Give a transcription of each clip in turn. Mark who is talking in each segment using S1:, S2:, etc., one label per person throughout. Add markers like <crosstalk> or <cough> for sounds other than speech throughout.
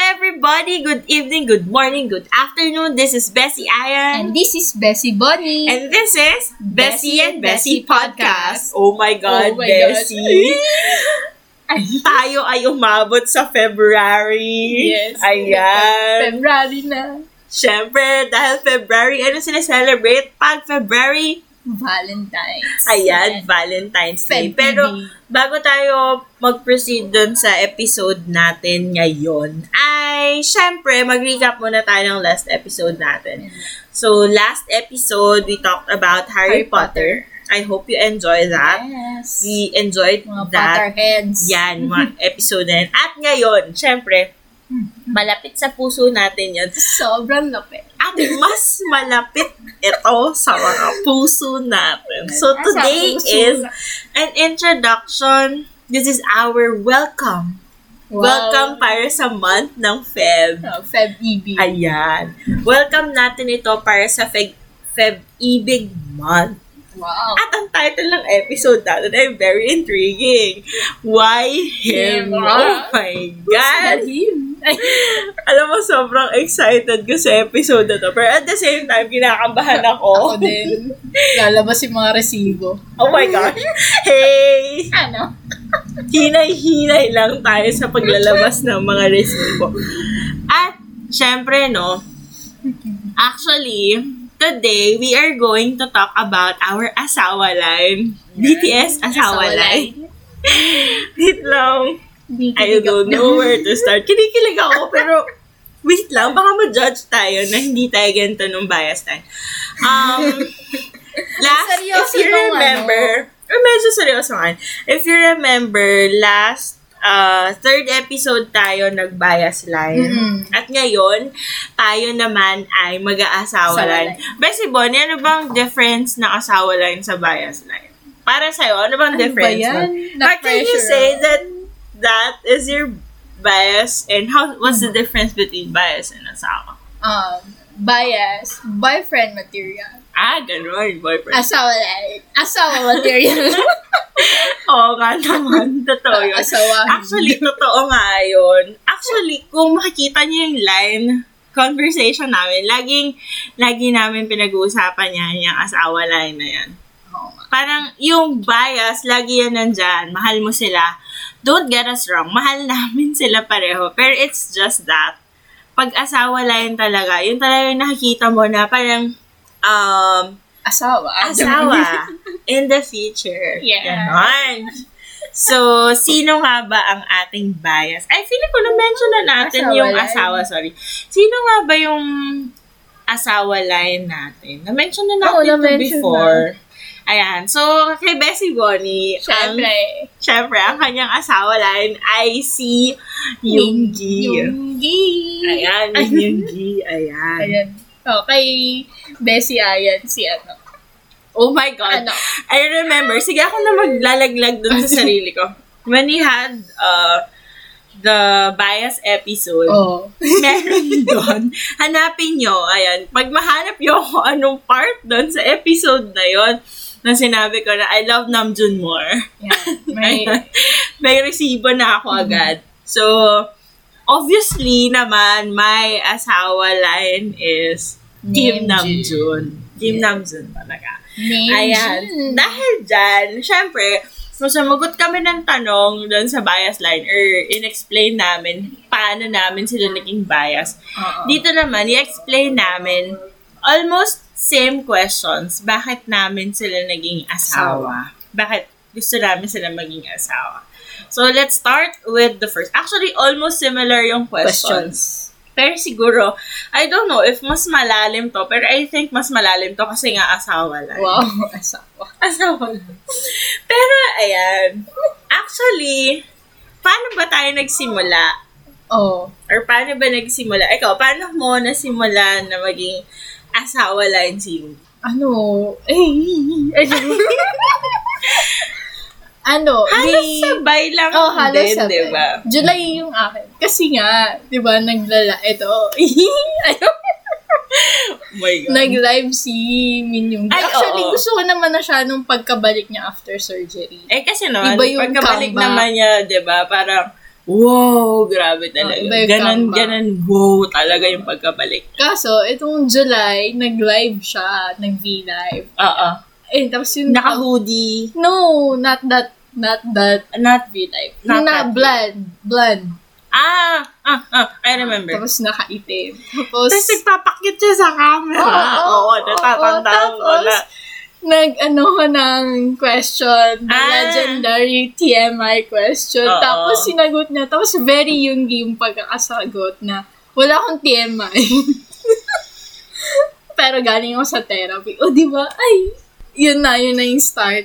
S1: everybody. Good evening, good morning, good afternoon. This is Bessie Ayan.
S2: And this is Bessie Bonnie.
S1: And this is Bessie and Bessie
S2: Bessie
S1: Podcast.
S2: Podcast.
S1: Oh my God,
S2: Oh my God. <laughs>
S1: Bessie. Tayo ay umabot sa February.
S2: yes.
S1: Ayan.
S2: February na.
S1: Siyempre, dahil February, ano sineselebrate? Pag February,
S2: Valentine's.
S1: ayan, Valentine's Day.
S2: Feb
S1: Pero,
S2: TV.
S1: bago tayo mag-proceed dun sa episode natin ngayon, ay, syempre, mag-recap muna tayo ng last episode natin. So, last episode, we talked about Harry,
S2: Harry
S1: Potter. I hope you enjoy that.
S2: Yes.
S1: ah, We enjoyed
S2: Mga
S1: that.
S2: Potterheads.
S1: Yan,
S2: <laughs>
S1: mga episode na yan. At ngayon, syempre,
S2: Hmm.
S1: malapit sa puso natin yun.
S2: Sobrang lapit.
S1: At mas malapit ito sa mga puso natin. So,
S2: Nasa
S1: today
S2: Ah, puso
S1: is
S2: na.
S1: an introduction. This is our welcome.
S2: Wow.
S1: Welcome para sa month ng Feb.
S2: Oh, Feb EB.
S1: Ayan. Welcome natin ito para sa Feb, Feb Ibig Month.
S2: Wow.
S1: At ang title ng episode natin ay very intriguing. Why him? Oh
S2: Him, ah.
S1: my God!
S2: Sabihin.
S1: Alam mo, sobrang excited ko sa episode na to. Pero at the same time, kinakabahan
S2: Ako
S1: ako.
S2: din. Lalabas yung mga resibo.
S1: Oh my God! Hey!
S2: Ano?
S1: hinay-hinay lang tayo sa paglalabas ng mga resibo. At, syempre, no, actually, today, we are going to talk about our asawa line. BTS asawa line. <laughs> Wait lang. I don't know where
S2: <laughs>
S1: to start. Kinikilig ako, pero wait lang, baka ma-judge tayo na hindi tayo ganito nung bias time.
S2: <laughs>
S1: Um, last, if
S2: Seryoso
S1: you
S2: nung ano?
S1: remember, or medyo seryoso nga, if you remember, last uh, third episode tayo nag-bias line.
S2: Mm-mm.
S1: At ngayon, tayo naman ay mag-aasawa
S2: Asawa
S1: line. Bessie Bonnie, ano bang difference ng asawa line sa bias line? Para sa'yo, ano bang
S2: Ano ba
S1: difference?
S2: yan?
S1: nun?
S2: Na
S1: But can you
S2: pressure.
S1: say that that is your bias and how what's the difference between bias and asawa?
S2: Um, bias. Boyfriend material.
S1: Ah, ganun, boyfriend.
S2: Asawa line. Asawa
S1: <laughs>
S2: material.
S1: Oo nga naman, <laughs> totoo yun.
S2: Asawa.
S1: Oh, Actually, totoo nga yun. Actually, kung makikita niyo yung line, conversation namin, laging, lagi namin pinag-uusapan yan, yung asawa line na yan.
S2: Oo nga.
S1: Parang yung bias, lagi yan nandyan. Mahal mo sila. Don't get us wrong. Mahal <laughs> namin sila pareho. Pero it's just that. Pag-asawa line talaga, yun talaga yung nakikita mo na parang um,
S2: Asawa. <laughs>
S1: asawa <laughs> in the future.
S2: Yes.
S1: Ganon. So, sino nga ba ang ating bias? Ay, feeling ko na-mention na natin
S2: Asawa
S1: yung
S2: line.
S1: asawa, sorry. Sino nga ba yung asawa line natin? Na-mention na
S2: Oo,
S1: natin to
S2: na-mention
S1: before. Ayan. So, kay Bessie Bonnie, ang,
S2: Siyempre.
S1: syempre, ang kanyang asawa line ay si Yoongi.
S2: Yunggi.
S1: Ayan,
S2: Ay.
S1: Yoongi. Ayan.
S2: Ayan. Oh, kay Bessie Ayan si ano.
S1: Oh my God.
S2: Ano?
S1: I remember, sige ako na maglalaglag dun sa sarili ko. When he had uh, the bias episode,
S2: Oh.
S1: <laughs> meron doon. Hanapin nyo, ayan. Pag mahanap nyo kung anong part doon sa episode na yon na sinabi ko na I love Namjoon more.
S2: Ayan. May,
S1: Ayan. <laughs> May resibo na ako
S2: Mm-hmm.
S1: agad. So, obviously naman, my asawa line is Kim
S2: Namjoon.
S1: Namjoon. Kim Namjoon talaga.
S2: name.
S1: Ayan. Dahil dyan, syempre, so sumagot kami ng tanong doon sa bias line or in-explain namin paano namin sila naging bias.
S2: Oo.
S1: Dito naman, i-explain namin almost same questions. Bakit namin sila naging asawa? Bakit gusto namin sila maging asawa? So, let's start with the first. Actually, almost similar yung questions. Pero siguro, I don't know if mas malalim to, pero I think mas malalim to kasi nga asawa lang.
S2: Wow, asawa.
S1: Asawa lang. Ano? Pero, ayan. Actually, paano ba tayo nagsimula?
S2: Oh.
S1: Or paano ba nagsimula? Ikaw, paano mo nasimula na maging asawa line
S2: <laughs>
S1: si Yuki?
S2: Ano? Eh. Ano? ano?
S1: Halos
S2: di-
S1: sabay lang
S2: Oh, halos
S1: din, diba?
S2: sabay.
S1: di ba?
S2: July yung akin. Kasi nga, di ba, naglala, ito, <laughs> ano,
S1: Oh my God.
S2: nag-live si Min Yoongi.
S1: Ay,
S2: Actually,
S1: oo.
S2: gusto ko naman na siya nung pagkabalik niya after surgery.
S1: eh, kasi naman,
S2: Iba yung
S1: pagkabalik
S2: comeback.
S1: naman niya, di ba? Parang, wow, grabe talaga.
S2: Oh, iba yung
S1: ganon,
S2: comeback.
S1: ganon, wow talaga yung pagkabalik.
S2: Kaso, itong July, nag-live siya, nag-V-live.
S1: Oo.
S2: Eh, tapos yung...
S1: Naka-hoodie.
S2: No, not that, not that.
S1: Not V-Live. Not
S2: Yung na
S1: that V.
S2: blonde, blonde.
S1: Ah, ah, ah, I remember.
S2: Tapos nakaitim. Tapos,
S1: Tapos nagpapakyut siya sa camera.
S2: Oo,
S1: Oo,
S2: oo,
S1: natatandaan ko
S2: oo,
S1: na.
S2: tapos- nag-ano ko ng question, the
S1: Ah.
S2: legendary TMI question.
S1: Oo.
S2: Tapos, sinagot niya. Tapos, very yung yung pagkakasagot na, wala akong TMI. <laughs> Pero galing ako sa therapy. O, di ba? Ay, yun na, yun na yung start.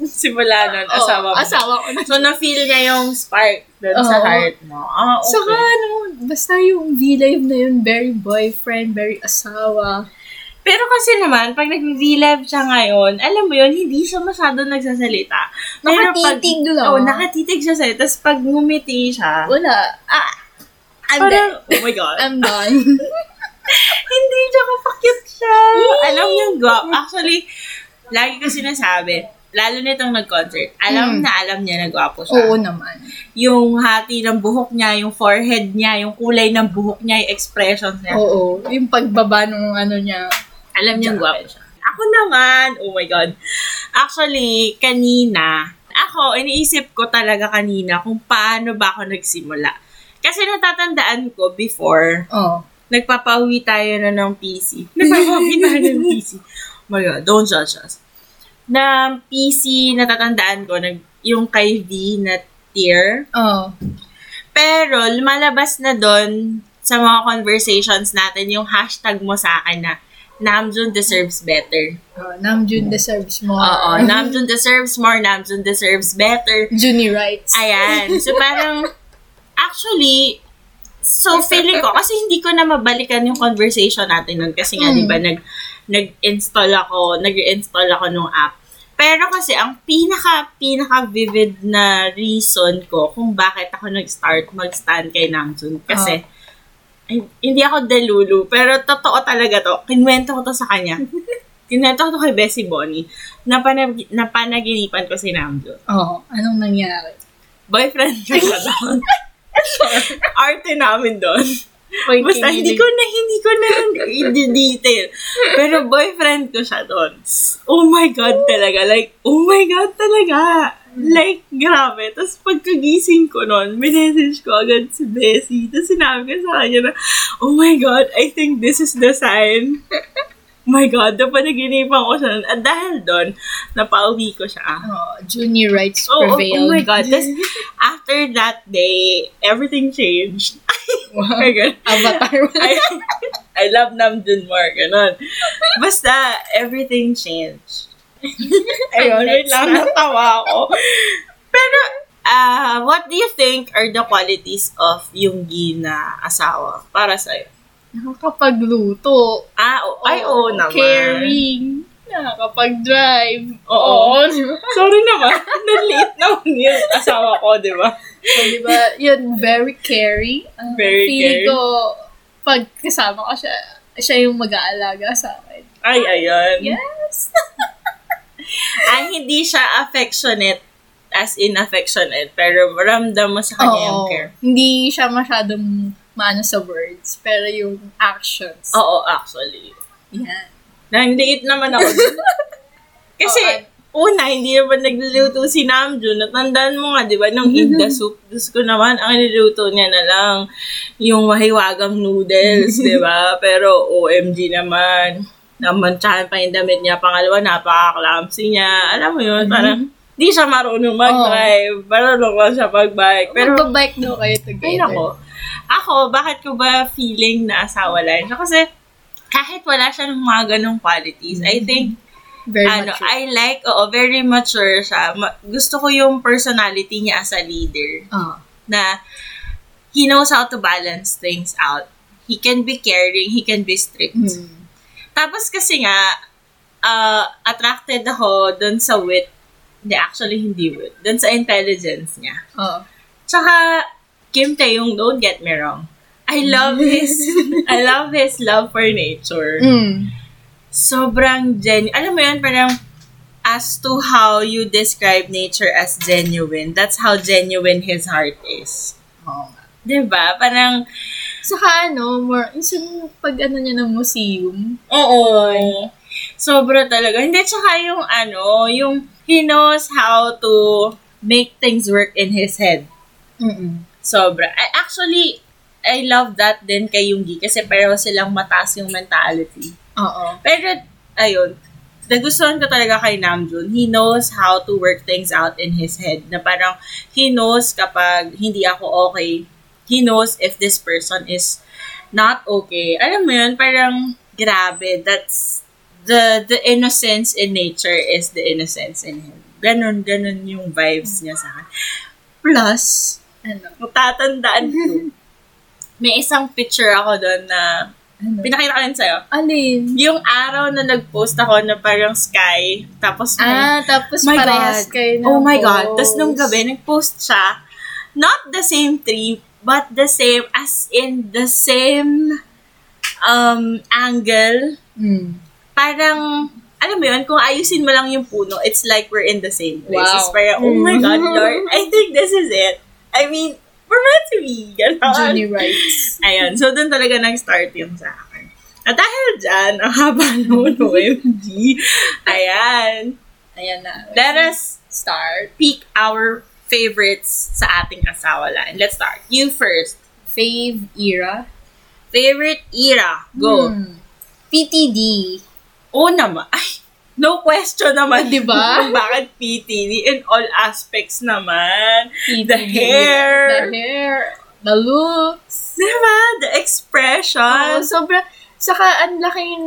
S1: Simula nun,
S2: Oo,
S1: asawa mo.
S2: Asawa ko na.
S1: So, na-feel niya yung spark dun sa
S2: Oo.
S1: heart mo. Ah, okay.
S2: Saka, ano, basta yung V-Live na yun, very boyfriend, very asawa.
S1: Pero kasi naman, pag nag-relab siya ngayon, alam mo yun, hindi siya masyado nagsasalita. Pero
S2: Nakatitig
S1: pag,
S2: lang.
S1: Oo, nakatitig siya sa'yo. Tapos pag ngumiti siya,
S2: Wala. Ah, I'm
S1: parang,
S2: done.
S1: oh my <laughs> God.
S2: I'm done.
S1: hindi siya kapakyut siya. Alam niyo, guwap. Actually, lagi ko sinasabi, lalo nitong nag-concert, alam
S2: Mm.
S1: na alam niya na gwapo siya.
S2: Oo naman.
S1: Yung hati ng buhok niya, yung forehead niya, yung kulay ng buhok niya, yung expressions niya.
S2: Oo. Yung pagbaba nung ano niya.
S1: Alam niya,
S2: Diyan.
S1: gwapo siya. Ako naman, oh my God. Actually, kanina, ako, iniisip ko talaga kanina kung paano ba ako nagsimula. Kasi natatandaan ko before,
S2: Oo.
S1: nagpapauwi tayo na ng PC. Nagpapauwi tayo ng PC. Oh my God, don't judge us. Na PC, natatandaan ko, nag, yung kay V na tier.
S2: Oo.
S1: Pero, lumalabas na doon sa mga conversations natin yung hashtag mo sa akin na Namjoon deserves better.
S2: Oh, Namjoon deserves more. <laughs>
S1: Oo, Namjoon deserves more, Namjoon deserves better.
S2: Junie rights.
S1: Ayan. So, parang, actually, so feeling ko, kasi hindi ko na mabalikan yung conversation natin nun. Kasi nga,
S2: Mm.
S1: di ba, nag, nag-install ako, nag-install ako nung app. Pero kasi, ang pinaka, pinaka vivid na reason ko kung bakit ako nag-start mag-stand kay Namjoon. Kasi, ay, hindi ako delulu, pero totoo talaga to. Kinwento ko to sa kanya. Kinwento ko to kay Bessie Bonnie. Napanag- napanaginipan ko si Namjoon
S2: Oo. Anong nangyari?
S1: boyfriend ko na doon. Arte namin doon.
S2: Uy,
S1: Basta hindi
S2: kinilig.
S1: ko na, hindi ko na i-detail. Pero boyfriend ko siya doon. Oh my God talaga. Like, oh my God talaga. Like, grabe. Tapos pagkagising ko noon, minessage ko agad si Bessie. Tapos sinabi ko sa kanya na, oh my God, I think this is the sign. my God, napanaginipan ko siya noon. At dahil doon, napauwi ko siya.
S2: Oo. Junie rights
S1: Oh, oh, oh
S2: prevailed.
S1: my God. <laughs> Tapos, after that day, everything changed.
S2: Wow.
S1: Oh my God.
S2: <laughs> Avatar.
S1: <laughs> I, I love Namjoon more. Ganon. Basta, everything <laughs> changed. Ayun, wait lang. Natawa ako. Pero, ah, what do you think are the qualities of yung na asawa para sa'yo?
S2: <laughs> Nakakapagluto.
S1: Ah, oo. ay, oo naman.
S2: Caring. Nakakapag-drive.
S1: Oo.
S2: <laughs> di ba?
S1: Sorry naman. <laughs> Naliit naman yung asawa ko, di ba?
S2: So, di ba, yun, very caring. Ah,
S1: Very
S2: feeling
S1: caring.
S2: ko, pag kasama ko siya, siya yung mag-aalaga sa akin.
S1: Ay, ayun. <laughs>
S2: Yes!
S1: Ang hindi siya affectionate as in affectionate, pero ramdam mo sa kanya yung
S2: Oo.
S1: care.
S2: Hindi siya masyadong maano sa words, pero yung actions.
S1: Oo, actually.
S2: Yan.
S1: Nangliit naman ako.
S2: <laughs>
S1: dun. Kasi, una, hindi naman nagluluto si Namjoon. Natandaan mo nga, di ba, nung eat the soup, Diyos ko naman, ang niluluto niya na lang yung mahiwagang noodles, di ba? Pero, OMG naman. Namantsahan pa yung damit niya. Pangalawa, napaka-clumsy niya. Alam mo yun, parang, di siya marunong mag-drive. Marunong lang siya mag-bike. Pero,
S2: Magbabike daw kayo together.
S1: Ay, nako. Ako, bakit ko ba feeling na asawa lang siya? Kasi, kahit wala siya ng mga ganong qualities, I think,
S2: Very
S1: ano,
S2: mature.
S1: I like, oo, very mature siya. Ma- gusto ko yung personality niya as a leader.
S2: Ah.
S1: Na, he knows how to balance things out. He can be caring, he can be strict.
S2: Mm.
S1: Tapos kasi nga, uh, attracted ako dun sa wit. Hindi, actually, hindi wit. Dun sa intelligence niya.
S2: Oo.
S1: Tsaka, Kim Taeyong, don't get me wrong. I love his,
S2: <laughs>
S1: I love his love for nature.
S2: Mm.
S1: Sobrang genuine. Alam mo yun, parang, as to how you describe nature as genuine, that's how genuine his heart is.
S2: Oo nga.
S1: 'Di ba? Parang,
S2: Saka ano, more, yung sa pag ano niya ng museum.
S1: oo. Sobra talaga. Hindi, tsaka yung ano, yung he knows how to make things work in his head.
S2: Mm-mm.
S1: Sobra. I, actually, I love that din kay Yunggi kasi pareho silang mataas yung mentality.
S2: Oo.
S1: Pero, ayun, nagustuhan ko talaga kay Namjoon. He knows how to work things out in his head. Na parang, he knows kapag hindi ako okay, he knows if this person is not okay. Alam mo yun, parang, grabe, that's, the the innocence in nature is the innocence in him. Ganon, ganon yung vibes niya sa akin. Plus,
S2: Ano?
S1: Natatandaan ko. May isang picture ako doon na
S2: Ano?
S1: pinakita ko rin sa'yo.
S2: Alin?
S1: Yung araw na nag-post ako na parang sky, tapos may-
S2: Ah, tapos
S1: My
S2: parehas
S1: God.
S2: kayo ng
S1: oh my God.
S2: post.
S1: Tapos nung gabi, nag-post siya, not the same tree, but the same, as in the same um angle.
S2: Mm.
S1: Parang, alam mo yun, kung ayusin mo lang yung puno, it's like we're in the same place.
S2: Wow.
S1: It's parang, oh my
S2: Mm.
S1: God, Lord, I think this is it. I mean, we're meant to be. Ganon.
S2: Johnny Rights.
S1: Ayun. So, doon talaga nag-start yung sa akin. At dahil dyan, ang haba naman OMG. Ayan.
S2: Ayan na.
S1: Let us
S2: start.
S1: pick our favorites sa ating asawa line. Let's start. You first.
S2: Fave era.
S1: Favorite era. Go.
S2: Hmm. PTD.
S1: Oh naman. Ay, no question naman.
S2: Di ba?
S1: <laughs> Kung Bakit PTD in all aspects naman.
S2: PTD.
S1: The hair.
S2: The hair. The looks.
S1: Diba? The expression.
S2: Oo, Ah, sobra. Saka, ang laking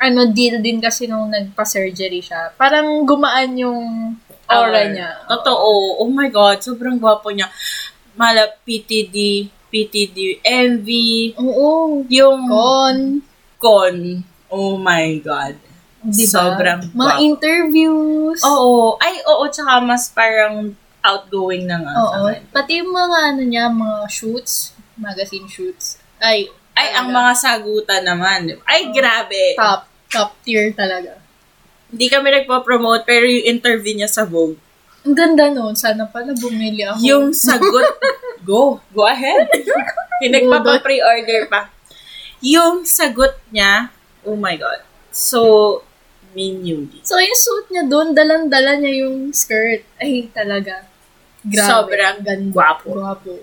S2: ano, deal din kasi nung nagpa-surgery siya. Parang gumaan yung aura
S1: Or-
S2: niya.
S1: Totoo. Oh my God, sobrang gwapo niya. Mala, PTD, PTD, MV,
S2: Oo.
S1: yung
S2: Con.
S1: con. Oh my God.
S2: Diba?
S1: Sobrang
S2: Mga
S1: gwapo.
S2: interviews.
S1: Oo. Ay, oo, tsaka mas parang outgoing na nga.
S2: Oo.
S1: sa akin.
S2: Pati yung mga ano niya, mga shoots, magazine shoots. Ay,
S1: Ay, ang mga sagutan naman. Ay,
S2: Oo.
S1: grabe.
S2: top, top tier talaga.
S1: Hindi kami nagpo-promote, pero yung interview niya sa Vogue,
S2: Ang ganda nun. Sana pala bumili ako.
S1: Yung sagot,
S2: <laughs>
S1: go, go ahead. yung nagpapa-pre-order pa. Yung sagot niya, oh my God. So, minyugi.
S2: So, yung suit niya doon, dalang-dala niya yung skirt. Ay, talaga. Grabe.
S1: Sobrang
S2: ganda.
S1: gwapo.
S2: Gwapo.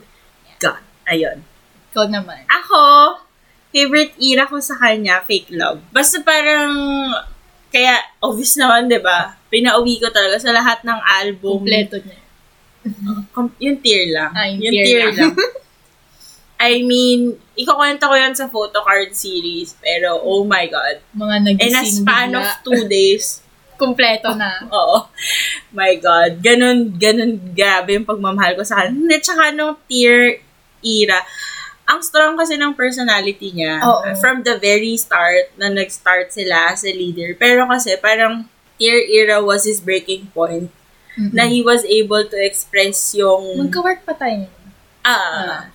S1: God, ayun.
S2: Ikaw naman.
S1: Ako, favorite era ko sa kanya, fake love. Basta parang, kaya obvious naman, di ba? Pinauwi ko talaga sa lahat ng album.
S2: Kompleto niya.
S1: Com- yung tier lang.
S2: Ah, yung tier lang.
S1: I mean, ikukwento ko yun sa photocard series, pero oh my God. In
S2: Mga
S1: a
S2: nagising
S1: span of
S2: bigla.
S1: two days,
S2: Kompleto na.
S1: <laughs> oo. My God. Ganun, ganun, grabe yung pagmamahal ko sa kanya. At saka nung tier era, ang strong kasi ng personality niya.
S2: Oo.
S1: From the very start, na nag-start sila as a leader. Pero kasi parang tier era was his breaking point.
S2: Mhm.
S1: Na he was able to express yung...
S2: Magka-work pa tayo.
S1: Ah,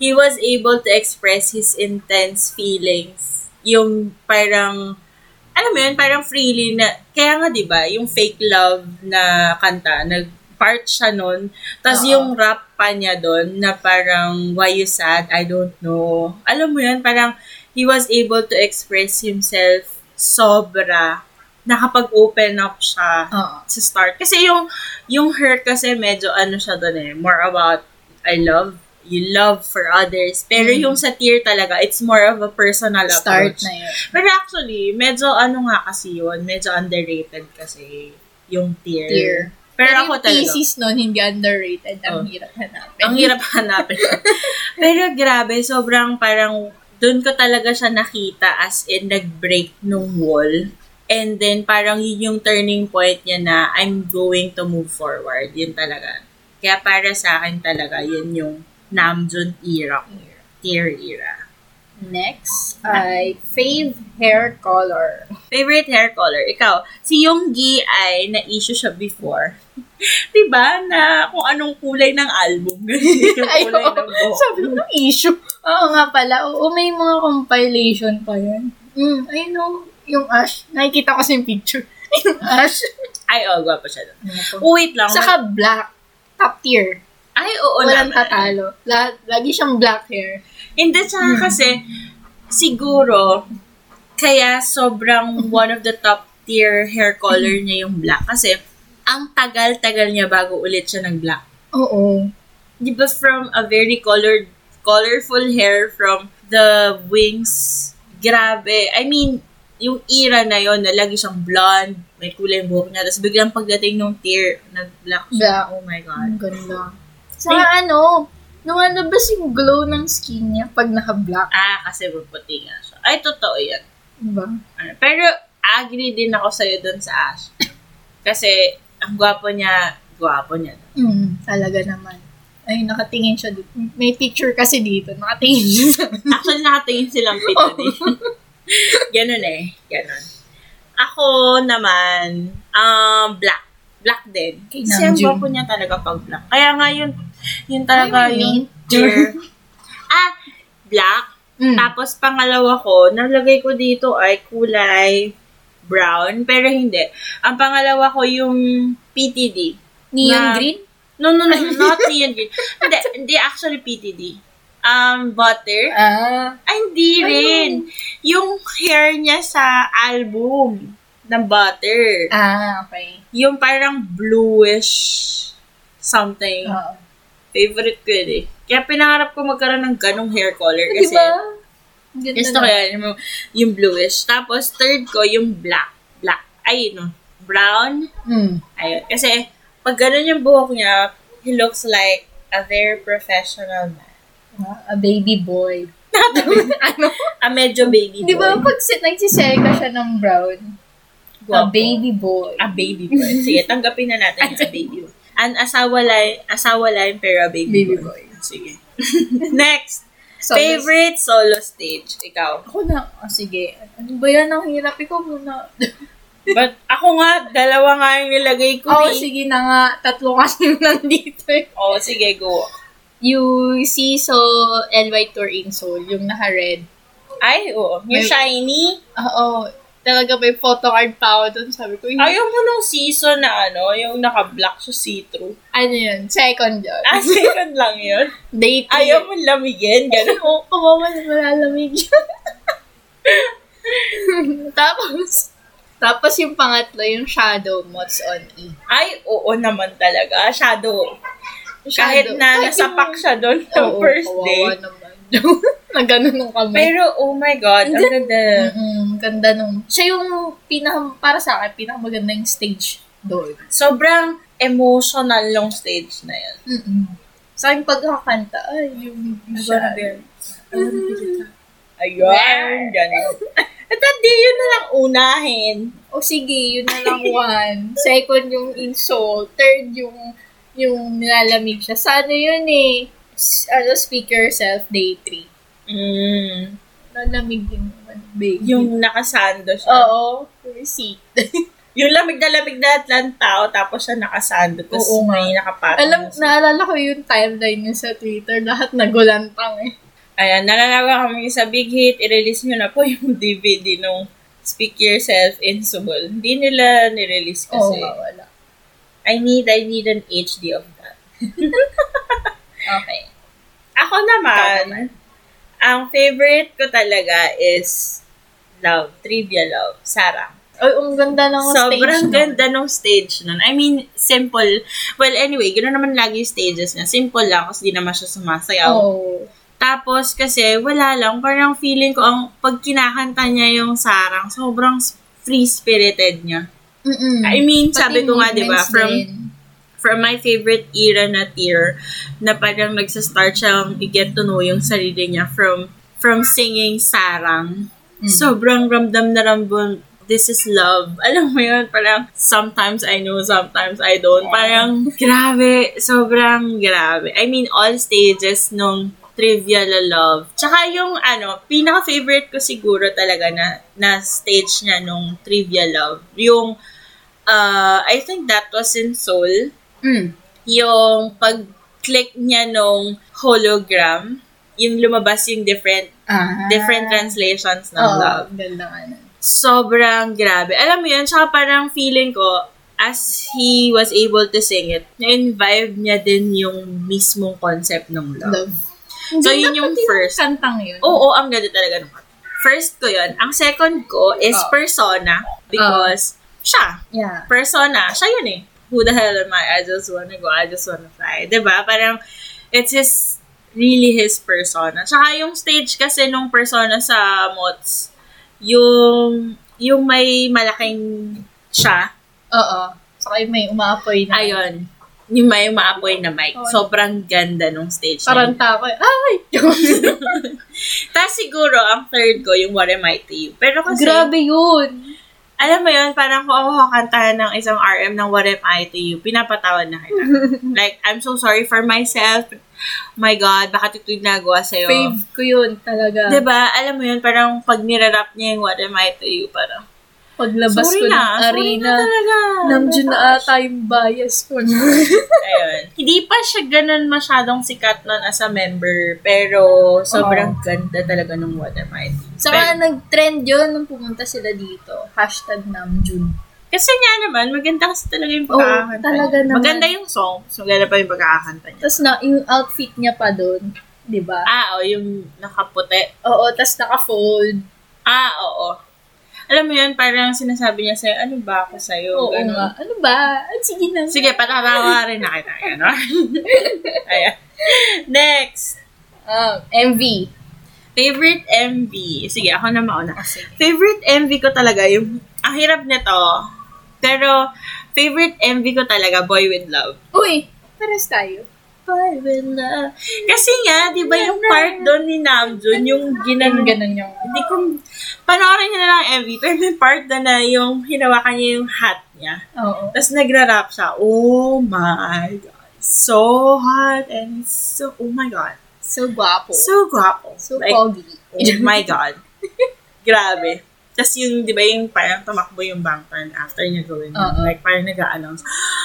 S1: he was able to express his intense feelings. Yung parang, alam mo yun, parang freely na, kaya nga 'di ba yung fake love na kanta, nag-part siya nun. Tapos
S2: Oo.
S1: yung rap pa niya doon na parang, why you sad? I don't know. Alam mo yun, parang he was able to express himself sobra. Nakapag-open up siya
S2: Oo.
S1: sa start. Kasi yung, yung hurt kasi medyo ano siya doon eh, more about I love, you love for others. Pero
S2: Mm.
S1: yung sa tear talaga, it's more of a personal
S2: Start
S1: approach.
S2: na yun.
S1: Pero actually, medyo ano nga kasi yun, medyo underrated kasi yung tear.
S2: Tier.
S1: Pero
S2: Pero
S1: ako
S2: yung
S1: talaga,
S2: thesis nun, hindi underrated.
S1: Oh.
S2: Ang hirap hanapin.
S1: ang hirap hanapin. <laughs> Pero grabe, sobrang parang, doon ko talaga siya nakita as in nag-break nung wall. And then parang yun yung turning point niya na I'm going to move forward. Yun talaga. Kaya para sa akin talaga, yun yung Namjoon era. Tear era.
S2: Next, ay fave hair color.
S1: Favorite hair color? Ikaw, si Yoongi ay na-issue siya before. <laughs> diba? Na kung anong kulay ng album. <laughs> Ganun yung
S2: Ay,
S1: kulay
S2: oo.
S1: ng buhok.
S2: <laughs> Sabi ko, "Anong issue. Oo nga pala. Oo, may mga compilation pa yan. Mm, I know. Yung ash. Nakikita ko sa yung picture. <laughs> yung ash.
S1: Ay, oh, gwapo siya doon. Oh, wait lang.
S2: Saka black. Top tier.
S1: Ah, Ay, oo
S2: Walang
S1: naman.
S2: tatalo. Lahat, lagi siyang black hair.
S1: Hindi, tsaka kasi, siguro, kaya sobrang one of the top tier hair color niya yung black. Kasi, ang tagal-tagal niya bago ulit siya ng black.
S2: Oo.
S1: Di ba from a very colored, colorful hair from the wings, grabe. I mean, yung era na yon na lagi siyang blonde, may kulay yung buhok niya, tapos biglang pagdating nung tier, nag-black siya.
S2: Black.
S1: Oh my God.
S2: Ang ganda. Sa ano, lumalabas yung glow ng skin niya pag naka-black.
S1: Ah, kasi puputi nga siya. Ay, totoo yan.
S2: Diba?
S1: Ano, Pero, agree din ako sa'yo dun sa Ash. Kasi, ang gwapo niya, gwapo niya.
S2: Mm, talaga naman. Ay, nakatingin siya dito. May picture kasi dito. Nakatingin siya sa...
S1: <laughs> Actually, nakatingin silang pita din. <laughs> Ganun eh. Ganun. Ako naman, um, black. Black din. Kasi ang
S2: Namjoon.
S1: gwapo niya talaga pag black. Kaya nga yun, yun talaga
S2: Ay, may
S1: yung
S2: mint. <laughs>
S1: tier. ah, black.
S2: Mm.
S1: Tapos, pangalawa ko, nalagay ko dito ay kulay brown, pero hindi. Ang pangalawa ko yung PTD.
S2: Neon
S1: Na-
S2: green?
S1: No, no, no, not neon green. Hindi, hindi actually PTD. Um, butter.
S2: Ah.
S1: Ay, hindi
S2: Ay,
S1: rin. Yung hair niya sa album ng butter.
S2: Ah, okay.
S1: Yung parang bluish something.
S2: Oo.
S1: Favorite ko yun eh. Kaya pinangarap ko magkaroon ng ganong hair color. Kasi,
S2: Diba? Ang Ganda
S1: Gusto ko
S2: na.
S1: yan, yung, yung bluish. Tapos, third ko, yung black. Black. Ay, no. Brown.
S2: Mm.
S1: Ayun. Kasi, pag ganun yung buhok niya, he looks like a very professional man.
S2: Ah, a baby boy. ano?
S1: A medyo baby boy.
S2: Di ba pag sit, nagsiseka siya ng brown? A
S1: Guwapo.
S2: baby boy.
S1: A baby boy. Sige, tanggapin na natin yung a baby boy. An asawa line, asawa line, pero a baby,
S2: Baby
S1: boy. Sige. <laughs> Next.
S2: So,
S1: Favorite solo stage. Ikaw.
S2: Ako na, oh, sige. Ano ba yan? Ang hirap ko
S1: <laughs>
S2: muna.
S1: But ako nga, dalawa nga yung nilagay ko. eh.
S2: Oo, Oh, sige na nga. <laughs> Tatlo kasi yung nandito eh.
S1: Oh, sige, go.
S2: Yung Seesaw LY Tour Insole, yung naka-red.
S1: Ay, oo. Yung
S2: May-
S1: shiny.
S2: Oo. Talaga may photocard pa ako dun. Sabi ko,
S1: Ayaw mo nung season na ano, yung naka-black sa see-through.
S2: ano yun? Second yun.
S1: Ah, <laughs> second lang yun.
S2: Day three. <laughs>
S1: Ayaw mo lamigin, gano'n.
S2: Oo, Ano, kawawa na malalamig
S1: <laughs>
S2: yun. tapos, tapos yung pangatlo, yung Shadow Moths on E.
S1: Ay, oo naman talaga. Shadow. Kahit
S2: Shadow.
S1: na
S2: Kahit
S1: nasapak
S2: yung-
S1: siya doon sa
S2: Oo,
S1: <laughs> first
S2: kawawa
S1: day.
S2: naman. <laughs> na ganun ng kamay.
S1: Pero, oh my God, ang ganda.
S2: Mm-mm, Mm-hmm. ganda nung... Siya yung pinaka, para sa akin, pinakamagandang stage doon.
S1: Sobrang emotional long stage na yun.
S2: Mm-mm. Sa akin, pagkakanta, ay, yung... diba
S1: Shadow. Ayun, gano'n.
S2: <laughs>
S1: At hindi yun na lang unahin.
S2: O sige, yun na lang one. Second yung insult. Third yung yung nilalamig siya. Sa ano yun eh? S- ano, speak yourself, day three.
S1: Mm,
S2: Nalamig yung ano, baby.
S1: yung nakasando siya.
S2: Oo. Yung seat.
S1: Yung lamig na lamig na lahat ng tao, tapos siya nakasando, tapos
S2: Oo nga.
S1: may nakapatong.
S2: Alam, naalala ko yung timeline niya sa Twitter. Lahat nagulantang eh.
S1: Ayan, nalalaga kami sa Big Hit, i-release nyo na po <laughs> yung DVD nung Speak Yourself in Subol. Hindi nila nirelease
S2: Oo,
S1: kasi.
S2: wala.
S1: I need, I need an HD of that.
S2: <laughs> Okay.
S1: Ako naman,
S2: Ikaw naman.
S1: ang favorite ko talaga is Love, Trivia Love, Sarang.
S2: Ay, ang ganda ng stage.
S1: Sobrang
S2: nun.
S1: ganda nung stage nun. I mean, simple. Well, anyway, ganoon naman lagi yung stages niya. Simple lang kasi di naman siya sumasayaw.
S2: Oo.
S1: Tapos kasi wala lang, parang feeling ko ang pag kinakanta niya yung sarang, sobrang free-spirited niya.
S2: Mm-mm.
S1: I mean,
S2: Pati
S1: sabi ko nga, di ba,
S2: movements
S1: from,
S2: din.
S1: from my favorite era na tier, na parang nagsastart siyang i-get to know yung sarili niya from, from singing sarang. Sobrang ramdam na ramdam, this is love. <laughs> Alam mo yun, parang sometimes I know, sometimes I don't. Parang grabe, sobrang grabe. I mean, all stages nung trivial na love. Tsaka yung ano, pinaka-favorite ko siguro talaga na, na stage niya nung trivial love. Yung, uh, I think that was in Seoul.
S2: Mm.
S1: Yung pag-click niya nung hologram, yung lumabas yung different
S2: Ah.
S1: different translations ng
S2: Oo,
S1: love
S2: ang ganda nga nun.
S1: sobrang grabe. Alam mo yun, tsaka parang feeling ko, as he was able to sing it, na-invive niya din yung mismong concept ng love.
S2: Love.
S1: So,
S2: Ganda
S1: yun yung
S2: pati ng
S1: first. Oh.
S2: Kantang yun.
S1: Oo, ang ganda talaga ng kanta. First ko yun. Ang second ko is
S2: Oh.
S1: Persona because siya.
S2: Yeah.
S1: Persona, siya yun eh. Who the hell am I? I just wanna go, I just wanna fly. 'Di ba Parang, it's his, really his persona. Tsaka yung stage kasi nung persona sa MOTS, yung, yung may malaking siya,
S2: Oo. Saka yung may umaapoy na.
S1: ayun, yung may maapoy na mic.
S2: Oo.
S1: Sobrang ganda nung stage na
S2: Parang
S1: yun.
S2: tako. Ay!
S1: <laughs> Tapos siguro, ang third ko, yung What Am I To You. Pero kasi,
S2: Grabe yun.
S1: alam mo yun, parang kung ako kakantahan ng isang RM ng What Am I To You, pinapatawad na
S2: <laughs>
S1: kita. like, I'm so sorry for myself. My God, bakit ito yung nagawa sa'yo?
S2: Fave ko yun talaga.
S1: Diba? Alam mo yun, parang pag nirarap niya yung What Am I To You, parang,
S2: Paglabas
S1: sorry
S2: ko ng
S1: na, sorry
S2: arena.
S1: na talaga. Diba?
S2: Namjoon na ata yung bias
S1: <laughs>
S2: ko.
S1: Ayun. Hindi pa siya ganun masyadong sikat nun as a member, pero sobrang ganda talaga nung What Am I To You.
S2: Saka nag-trend yun nung pumunta sila dito. Hashtag Namjoon.
S1: Kasi nga naman, maganda kasi talaga yung
S2: Oo,
S1: pagkakakanta
S2: talaga
S1: niya.
S2: naman.
S1: Maganda yung songs, maganda pa yung pagkakakanta niya.
S2: Tapos na, yung outfit niya pa doon. di ba?
S1: Ah, o, yung nakaputi.
S2: Oo, tapos naka-fold.
S1: Ah, oo. Alam mo yun, parang sinasabi niya sa'yo, ano ba ako sa'yo?
S2: Oo
S1: Ganun.
S2: nga. Ano ba? Ah, Sige na.
S1: Sige, patatawarin na kita. Ayan,
S2: <laughs>
S1: no? Ayan. Next.
S2: Um, MV.
S1: Favorite MV. Sige, ako na mauna.
S2: Ah, sige.
S1: Favorite MV ko talaga, yung, ang hirap nito. Pero, favorite MV ko talaga, Boy With Love.
S2: Uy! Pares tayo.
S1: Boy With Love. Kasi nga, di ba yung part doon ni Namjoon, yung
S2: Ganun,
S1: ginanong
S2: ganun yung...
S1: Hindi ko... Panoorin niyo na lang ang MV. Pero may part na na yung hinawakan niya yung hat niya.
S2: Oo.
S1: Tapos nagra-rap siya. Oh my God. So hot and it's so... Oh my God.
S2: So guwapo. So,
S1: So guapo. like, <laughs> oh
S2: pogi.
S1: my God. Grabe. Tapos yung, di ba yung parang tumakbo yung bank turn after niya gawin. yun.
S2: Oo.
S1: Like parang nag-a-announce.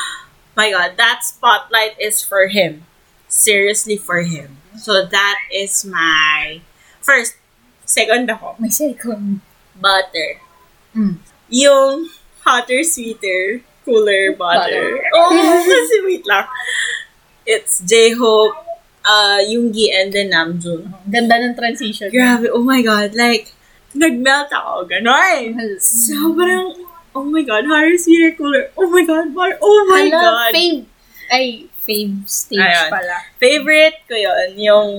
S1: <gasps> my God, that spotlight is for him. Seriously for him. So that is my first. Second ako.
S2: May second.
S1: Butter.
S2: Mm.
S1: yung hotter, sweeter, cooler butter. <laughs> Oh, sweet lang. It's J-Hope, uh, Yoongi, and then Namjoon.
S2: Ganda ng transition.
S1: Grabe, oh my God, like, nagmelt ako, ganon.
S2: Mahal.
S1: Sobrang, oh my God, hotter, sweeter, cooler. Oh my God, butter. Oh my
S2: Hala,
S1: God.
S2: fave. Ay, fave stage
S1: Ayun.
S2: pala.
S1: Favorite ko yun, yung,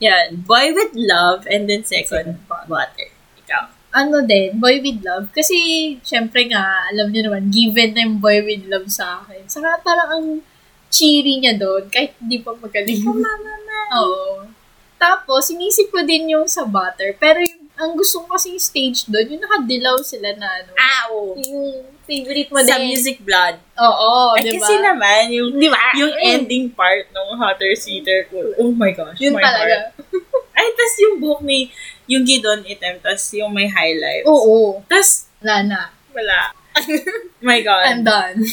S1: yan, Boy With Love, and then second, butter. Ikaw.
S2: Ano din, Boy With Love. Kasi, syempre nga, alam niyo naman, given na yung Boy With Love sa akin. Saka parang ang cheery niya doon, kahit hindi pa magaling. Oo. Tapos, inisip ko din yung sa butter. Pero yung, ang gusto ko kasi yung stage doon, yung nakadilaw sila na ano.
S1: Ow!
S2: Yung favorite mo
S1: Sa
S2: din.
S1: Music Blood.
S2: Oo,
S1: Ay,
S2: Oh, di ba?
S1: Eh, kasi naman, yung,
S2: Di ba?
S1: yung
S2: Mm.
S1: ending part ng Hotter Seater ko, oh my gosh,
S2: Yun
S1: my heart.
S2: talaga.
S1: Ay, tas yung buhok ni, yung Gidon item, tas yung may highlights.
S2: Oo.
S1: Tas,
S2: Wala na.
S1: wala. <laughs> my God.
S2: I'm done.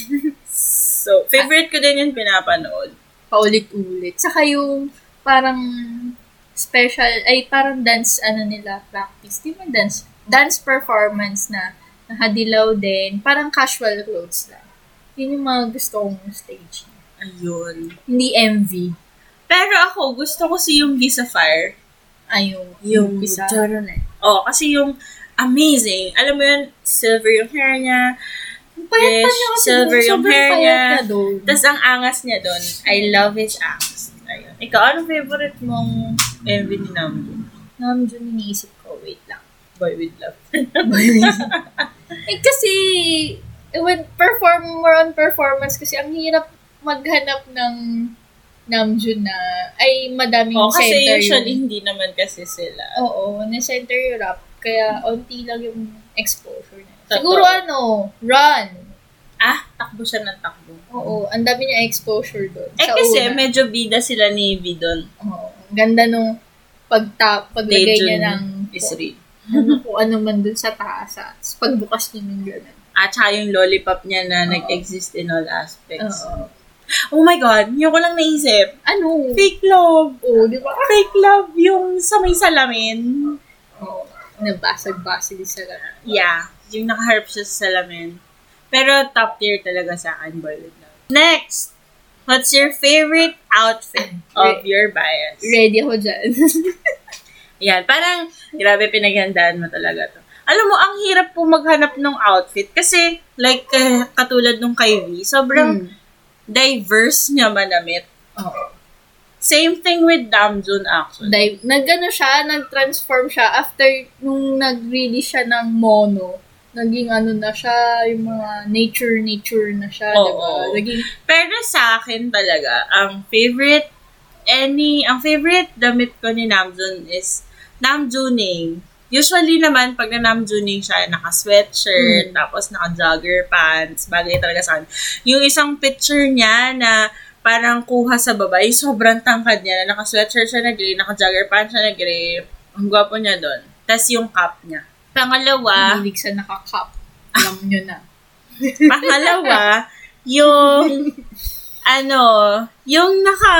S2: <laughs>
S1: so, favorite ko din yung pinapanood.
S2: Paulit-ulit. Saka yung parang special, ay parang dance, ano nila, practice. Di ba dance? Dance performance na nakadilaw din. Parang casual clothes lang. Yun yung mga gusto kong stage.
S1: Ayun.
S2: Hindi MV.
S1: Pero ako, gusto ko si yung Visa Fire.
S2: Ayun.
S1: Yung
S2: isa.
S1: Oh, kasi yung amazing. Alam mo yun, silver yung hair niya.
S2: Payat pa
S1: Yes,
S2: niya kasi
S1: silver
S2: doon.
S1: yung
S2: Sobrang
S1: hair
S2: payat
S1: niya.
S2: niya doon.
S1: Tapos ang angas niya doon, I love his angas. Ayun. Ikaw, ano favorite mong MV ni Namjoon?
S2: Namjoon, iniisip ko, wait
S1: <laughs>
S2: lang.
S1: Boy with Love.
S2: <laughs> Eh kasi, eh, when perform more on performance kasi ang hirap maghanap ng Namjoon na, ay madaming
S1: Oo, Oh, kasi
S2: center
S1: usually
S2: yun.
S1: hindi naman kasi sila.
S2: Oo, na-center yung rap. Kaya, onti lang yung exposure na.
S1: Totoo.
S2: Siguro ano, run.
S1: Ah, takbo siya ng takbo.
S2: Oo, ang dami niya exposure doon.
S1: Eh
S2: sa
S1: kasi
S2: una.
S1: medyo bida sila ni Vidon.
S2: Oo, ang ganda nung pagta, paglagay niya ng
S1: is real.
S2: ano kung ano man dun sa taas. ah. Tapos pagbukas niya ng gano'n.
S1: At saka yung lollipop niya na
S2: Oo.
S1: nag-exist in all aspects.
S2: Oo.
S1: Oh my God, yun ko lang naisip.
S2: Ano?
S1: Fake love.
S2: Oo, di ba?
S1: Fake love yung sa may salamin.
S2: Oo. Nabasag-basag sa lahat.
S1: Yeah, yung nakaharap siya sa salamin. Pero top tier talaga sa akin, Boy With Love. Next! What's your favorite outfit of your bias?
S2: Ready ako
S1: <laughs>
S2: dyan.
S1: Yan, parang grabe pinaghandaan mo talaga to. Alam mo, ang hirap po maghanap ng outfit kasi like eh, katulad nung kay V, sobrang
S2: Hmm.
S1: diverse niya manamit.
S2: Oo.
S1: Same thing with Damjoon actually.
S2: Dive. Nag-ano siya, nag-transform siya after nung nag-release siya ng mono. Naging ano na siya, yung mga nature-nature na siya,
S1: Oo.
S2: diba? Naging,
S1: Pero sa akin talaga, ang favorite any ang favorite damit ko ni Namjoon is Namjooning. Usually naman, pag na Namjooning siya, naka-sweatshirt, tapos naka-jogger pants, bagay talaga sa akin. Yung isang picture niya na parang kuha sa baba, yung sobrang tangkad niya, na naka-sweatshirt siya na gray, naka-jogger pants siya na gray, ang gwapo niya doon. Tapos yung cap niya. Pangalawa,
S2: mahilig sa nakakap. Alam nyo na.
S1: Pangalawa, yung, ano, yung naka,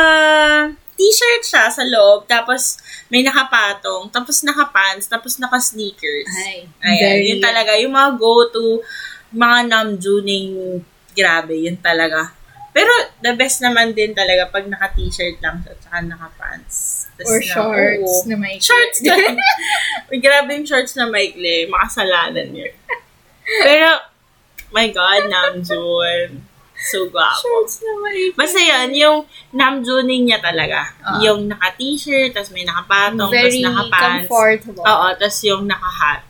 S1: t-shirt siya sa loob, tapos may nakapatong, tapos nakapants, tapos naka-sneakers.
S2: Ay,
S1: Ayan,
S2: very-
S1: yun talaga. Yung mga go-to, mga namjuning, grabe, yun talaga. Pero the best naman din talaga pag naka-t-shirt lang siya, tsaka naka-pants. Tas
S2: Or
S1: na-
S2: shorts
S1: oo.
S2: na may...
S1: Shorts na. <laughs> Uy, grabe yung shorts na maikli. Makasalanan yun. Pero, my God, Namjoon. So guwapo.
S2: Shorts na may...
S1: Basta yun, yung Namjooning niya talaga.
S2: Ah.
S1: Yung naka-t-shirt, tapos may nakapatong, tapos
S2: Very
S1: nakapants.
S2: comfortable.
S1: Oo, tapos yung naka-hat.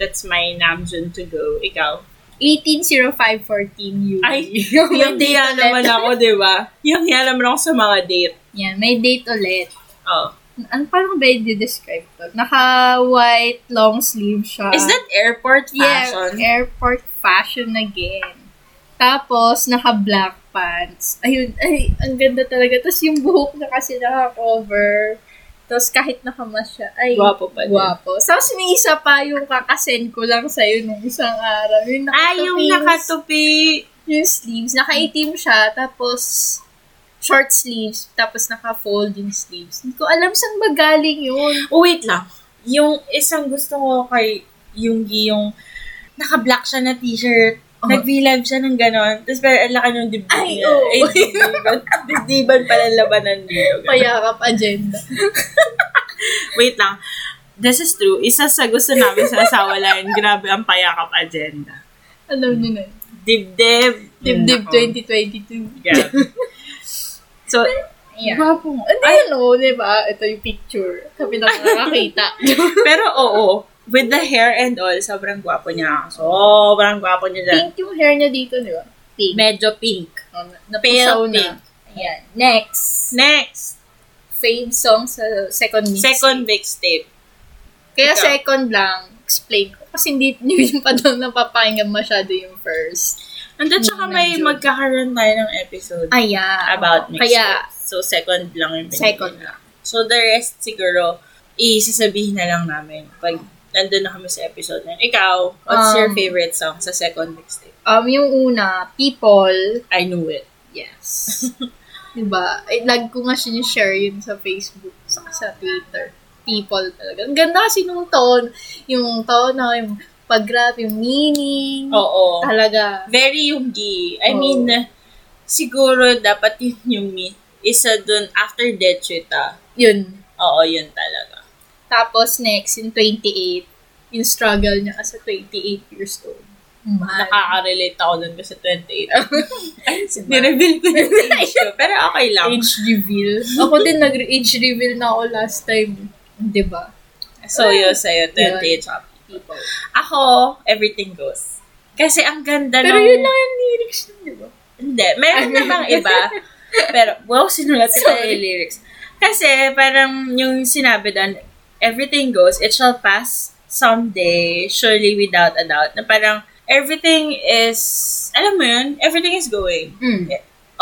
S1: That's my Namjoon to go. Ikaw.
S2: <laughs> 180514 UV. <laughs>
S1: Ay, <laughs> yung hiya naman ako, di ba? Yung hiya naman ako sa mga date.
S2: Yan, may date ulit.
S1: Oh.
S2: Ano parang ba yung describe to? Naka-white long sleeve siya.
S1: Is that airport
S2: Yeah,
S1: fashion?
S2: airport fashion again. Tapos, naka-black pants. Ayun, ay, ang ganda talaga. Tapos yung buhok na kasi naka-cover. Tapos kahit nakamas siya, ay,
S1: Gwapo pa din.
S2: Guwapo. Tapos may isa pa yung kakasend ko lang sa'yo nung isang araw. Yung
S1: Ah, yung
S2: nakatupi
S1: nakatupi.
S2: yung sleeves, nakaitim siya, tapos short sleeves, tapos naka-fold yung sleeves. Hindi ko alam saan ba galing yun.
S1: Oh, wait lang. Yung isang gusto ko kay Yunggi, yung naka-black siya na t-shirt.
S2: Oh.
S1: Nag-v-live siya ng gano'n. Tapos pero ang laki ng dibdib
S2: Ay,
S1: niya.
S2: oo.
S1: Ay, dibdiban. <laughs> dibdiban pala ang labanan dito. Ganun.
S2: Payakap agenda.
S1: Wait lang. This is true. Isa sa gusto namin sa asawa line, <laughs> grabe ang payakap agenda.
S2: Alam niyo na. yun.
S1: Dibdib.
S2: Dibdib
S1: Nako.
S2: 2022.
S1: Yeah. So,
S2: Yeah. Gwapo mo. Hindi ano, di ba? Ito yung picture. Kami
S1: <laughs>
S2: na nakakita.
S1: pero oo. With the hair and all, sobrang gwapo niya. Sobrang gwapo niya dyan.
S2: Pink yung hair niya dito, di ba? Pink.
S1: Medyo pink.
S2: Um, Napusaw
S1: pink.
S2: na. Ayan. Next.
S1: Next.
S2: Fave song sa second mix.
S1: Second mixtape.
S2: Kaya
S1: Ikaw.
S2: second lang, explain ko. Kasi hindi, hindi pa daw napapakinggan masyado yung first.
S1: And then, tsaka may
S2: Mm, Medyo.
S1: magkakaroon tayo ng episode
S2: Aya.
S1: about mixtape.
S2: Kaya,
S1: So, second lang yung pinili.
S2: second lang.
S1: So, the rest siguro, isasabihin na lang namin pag nandun na kami sa episode na yun. Ikaw, what's
S2: Um,
S1: your favorite song sa second mixtape?
S2: Um, yung una, people.
S1: I knew it. <laughs>
S2: Yes. diba? Eh, lag ko nga sinishare yun sa Facebook, sa, sa Twitter. People talaga. Ang ganda kasi nung tone. Yung tono, yung pag-rap, yung meaning.
S1: Oo.
S2: Talaga.
S1: Very Yunggi. I
S2: Hmm. Oo.
S1: mean, siguro dapat yun yung mi- isa dun after Dechuta.
S2: Yun.
S1: Oo, yun talaga.
S2: Tapos next, yung 28. Yung struggle niya kasi 28 years old. Man.
S1: Nakaka-relate ako dun kasi
S2: <laughs>
S1: 28. Ay,
S2: Diba?
S1: Nireveal ko yung age ko. Pero okay lang.
S2: Age reveal. <laughs> Ako din nag-age reveal na ako last time. Di ba?
S1: So, yun sa'yo, 28
S2: Ah. Yun.
S1: chop.
S2: People.
S1: Ako, everything goes. Kasi ang ganda
S2: Pero
S1: ng...
S2: yun lang yung lyrics nun, di ba?
S1: Hindi, meron namang
S2: <laughs>
S1: iba. Pero, wow, sinulat ko tayo
S2: Sorry.
S1: yung lyrics. Kasi, parang yung sinabi doon, everything goes, it shall pass someday, surely without a doubt. Na parang, everything is, alam mo yun, everything is going.
S2: Mm.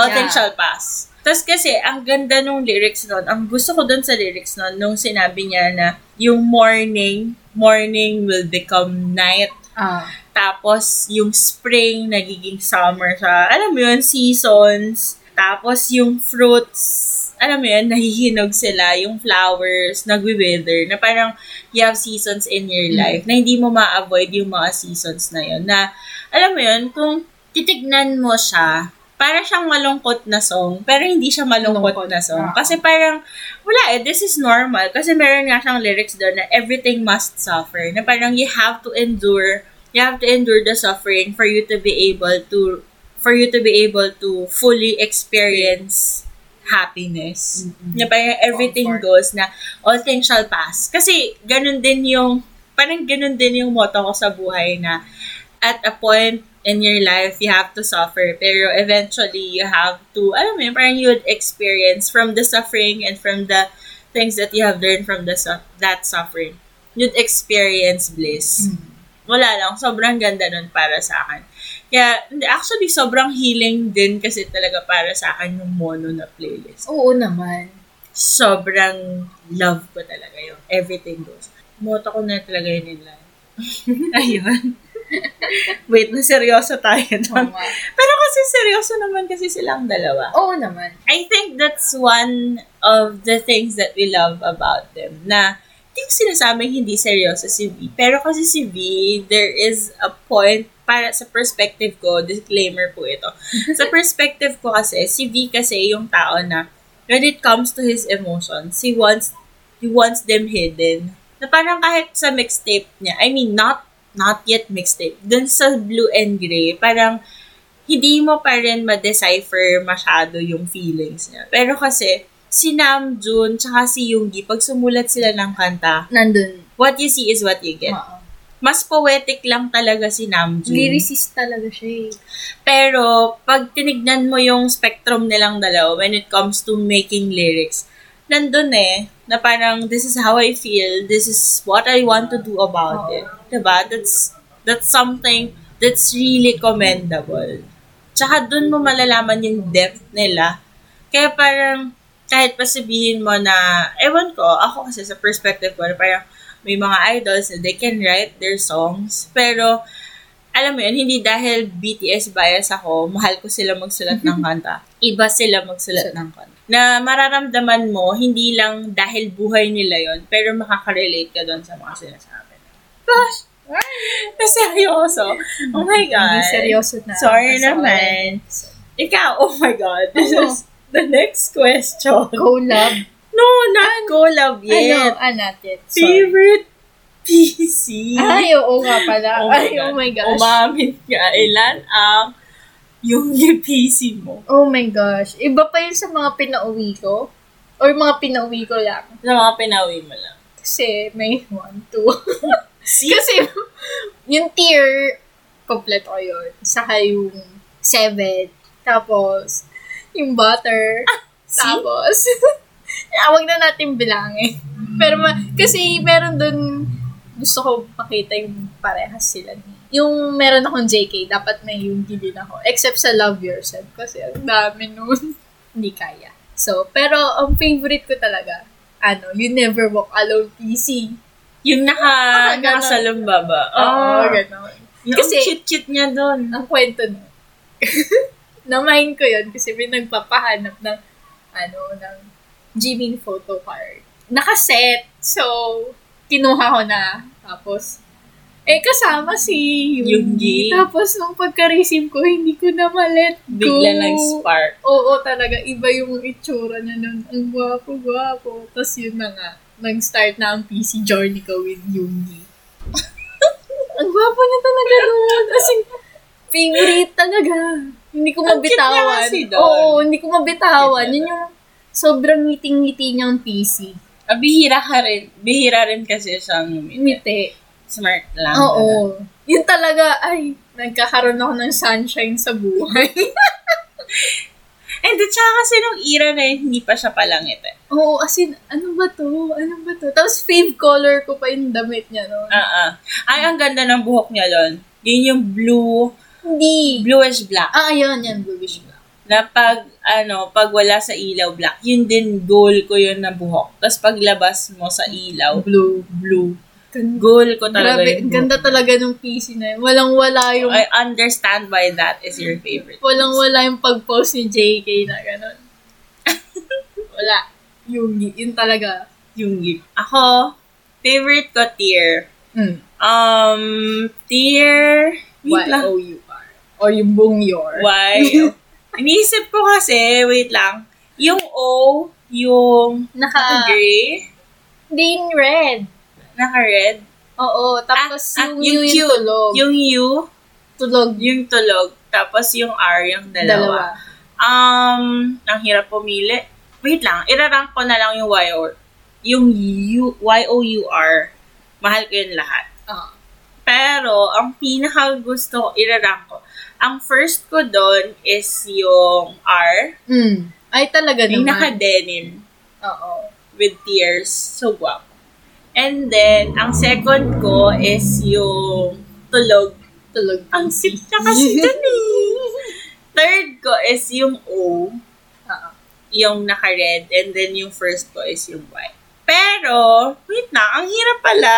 S1: All
S2: Yeah.
S1: things shall pass. Tapos kasi, ang ganda nung lyrics nun, ang gusto ko dun sa lyrics nun, nung sinabi niya na yung morning, morning will become night.
S2: Ah.
S1: Tapos, yung spring, nagiging summer siya. Alam mo yun, seasons. Tapos, yung fruits, alam mo yun, nahihinog sila. Yung flowers, nagwi-wither. Na parang, you have seasons in your
S2: Mm.
S1: life. Na hindi mo ma-avoid yung mga seasons na yun. Na, alam mo yun, kung titignan mo siya, para siyang malungkot na song, pero hindi siya malungkot
S2: Malungkot.
S1: na song.
S2: Ah.
S1: Kasi parang, wala eh, this is normal. Kasi meron nga siyang lyrics doon na everything must suffer. Na parang you have to endure, you have to endure the suffering for you to be able to, for you to be able to fully experience happiness. Na parang everything
S2: Comfort.
S1: goes na all things shall pass. Kasi ganun din yung, parang ganun din yung motto ko sa buhay na at a point in your life, you have to suffer. Pero eventually, you have to, alam mo yun, parang you would experience from the suffering and from the things that you have learned from the su- that suffering. You'd experience bliss.
S2: Mm-hmm. mm.
S1: Wala lang. Sobrang ganda nun para sa akin. Kaya, hindi, actually, sobrang healing din kasi talaga para sa akin yung mono na playlist.
S2: Oo naman.
S1: Sobrang love ko talaga yung everything goes. Moto ko na talaga yun in life. <laughs> Ayun. Wait, na seryoso tayo.
S2: Oo
S1: Lang.
S2: nga.
S1: Pero kasi seryoso naman kasi silang dalawa.
S2: Oo naman.
S1: I think that's one of the things that we love about them. Na, hindi ko sinasabing hindi seryoso si V. Pero kasi si V, there is a point, para sa perspective ko, disclaimer po ito. sa perspective ko kasi, si V kasi yung tao na, when it comes to his emotions, he wants, he wants them hidden. Na parang kahit sa mixtape niya, I mean, not, not yet mixtape, dun sa Blue and Gray, parang, hindi mo pa rin ma-decipher masyado yung feelings niya. Pero kasi, si Namjoon tsaka si Yoongi, pag sumulat sila ng kanta,
S2: Nandun.
S1: what you see is what you get.
S2: Oo.
S1: Mas poetic lang talaga si Namjoon.
S2: Lyricist talaga siya eh.
S1: Pero, pag tinignan mo yung spectrum nilang dalawa when it comes to making lyrics, nandun eh, na parang, this is how I feel, this is what I want to do about it. Diba? That's, that's something that's really commendable. Tsaka dun mo malalaman yung depth nila. Kaya parang, kahit pa sabihin mo na, ewan ko, ako kasi sa perspective ko, na parang may mga idols na they can write their songs, pero alam mo yun, hindi dahil BTS bias ako, mahal ko sila magsulat
S2: <laughs>
S1: ng kanta. Iba sila magsulat ng kanta. Na mararamdaman mo, hindi lang dahil buhay nila yon pero makaka-relate ka doon sa mga sinasabi. Gosh! <laughs> Seryoso. Oh my God.
S2: Hindi seryoso na.
S1: Sorry
S2: As
S1: naman. Ikaw, oh my God. This
S2: Ano?
S1: is the next question.
S2: all. Collab.
S1: No, not collab yet.
S2: Ano? Ah, not yet. Sorry.
S1: Favorite PC?
S2: Ay, oo nga pala.
S1: Oh my
S2: Ay,
S1: God.
S2: oh my gosh.
S1: Umamit ka. Ilan ang yung PC mo?
S2: Oh my gosh. Iba pa yun sa mga pinauwi ko. Or mga pinauwi ko lang.
S1: Sa mga pinawi mo lang.
S2: Kasi may one, two.
S1: See?
S2: Kasi yung tier, complete ko yun. Saka yung seven. Tapos, yung butter.
S1: see?
S2: Tapos, <laughs> awag na natin bilangin. Pero ma- kasi meron dun, gusto ko pakita yung parehas sila. ni- Yung meron akong JK, dapat may yung din ako. Except sa Love Yourself kasi ang dami nun. <laughs> Hindi kaya. So, pero ang favorite ko talaga, ano, You Never Walk Alone PC.
S1: Yung naka,
S2: Ah, ganun.
S1: nakasalong baba.
S2: Oo,
S1: Oo.
S2: ganon.
S1: Yung
S2: Kasi-
S1: ang cute-cute niya doon.
S2: ang kwento <laughs> na. Namain ko yun kasi may nagpapahanap ng, ano, ng Jimin photo card. Nakaset. So, kinuha ko na. Tapos, eh, kasama si Yungi.
S1: Yoongi.
S2: Tapos, nung pagka-receive ko, hindi ko na ma-let go.
S1: Bigla nag-spark.
S2: Oo, talaga. Iba yung itsura niya nun. Ang gwapo-gwapo. Tapos yun na nga. Nag-start na ang PC journey ko with Yungi. <laughs> ang gwapo niya talaga nun. As in, favorite talaga. Hindi ko
S1: Ang cute niya
S2: mabitawan.
S1: kasi doon.
S2: Oo, hindi ko mabitawan.
S1: Cute niya
S2: Yun yung sobrang ngiting-ngiti niyang PC.
S1: Ah, bihira ka rin. Bihira rin kasi siyang umiti.
S2: Ngiti.
S1: Smart lang. talaga.
S2: Oo. Yun talaga, ay, nagkakaroon ako ng sunshine sa buhay. <laughs>
S1: And then, tsaka kasi nung era na yun, hindi pa siya palangit eh.
S2: Oo, as in, ano ba to? Ano ba to? Tapos fave color ko pa yung damit niya noon.
S1: Ah, ah. Ay, ang ganda ng buhok niya doon. Yun yung blue,
S2: Hindi.
S1: bluish black.
S2: Ah, ayun, yan, bluish black.
S1: Na pag, ano, pag wala sa ilaw black, yun din goal ko yun na buhok. Tapos paglabas mo sa ilaw,
S2: Blue.
S1: blue.
S2: Ganda.
S1: Goal ko talaga
S2: Grabe,
S1: yung buhok.
S2: ganda talaga ng PC na yun. Walang-wala yung,
S1: I understand why that is your favorite.
S2: walang-wala yung pag-post ni JK na gano'n. <laughs> Wala. Yung, yun talaga.
S1: Yung gift. Ako, favorite ko tier.
S2: Mm.
S1: Um, tier... Hmm. Wait lang.
S2: Y-O-U. or yung buong your.
S1: Why? Iniisip ko kasi, wait lang, yung O, yung Ah,
S2: Naka,
S1: gray,
S2: din red.
S1: naka-red.
S2: Oo, tapos
S1: At- at
S2: yung, yung, yung
S1: cute,
S2: tulog.
S1: Ah, Yung U,
S2: tulog,
S1: yung tulog, tapos yung R, yung dalawa.
S2: dalawa.
S1: Um, ang hirap pumili. Wait lang, irarank ko na lang yung Y or yung U, Y-O-U-R. Mahal ko yun lahat.
S2: Oo.
S1: Pero, ang pinaka gusto ko, irarank ko. Ang first ko doon is yung R.
S2: Mm. Ay, talaga
S1: Yung
S2: naman.
S1: naka-denim.
S2: Oo.
S1: with tears. So guwapo. And then, ang second ko is yung tulog.
S2: Tulog.
S1: Ang sip niya kasi dun eh. Third ko is yung O,
S2: Oo.
S1: yung naka-red. And then, yung first ko is yung white. Pero, wait na, ang hirap pala.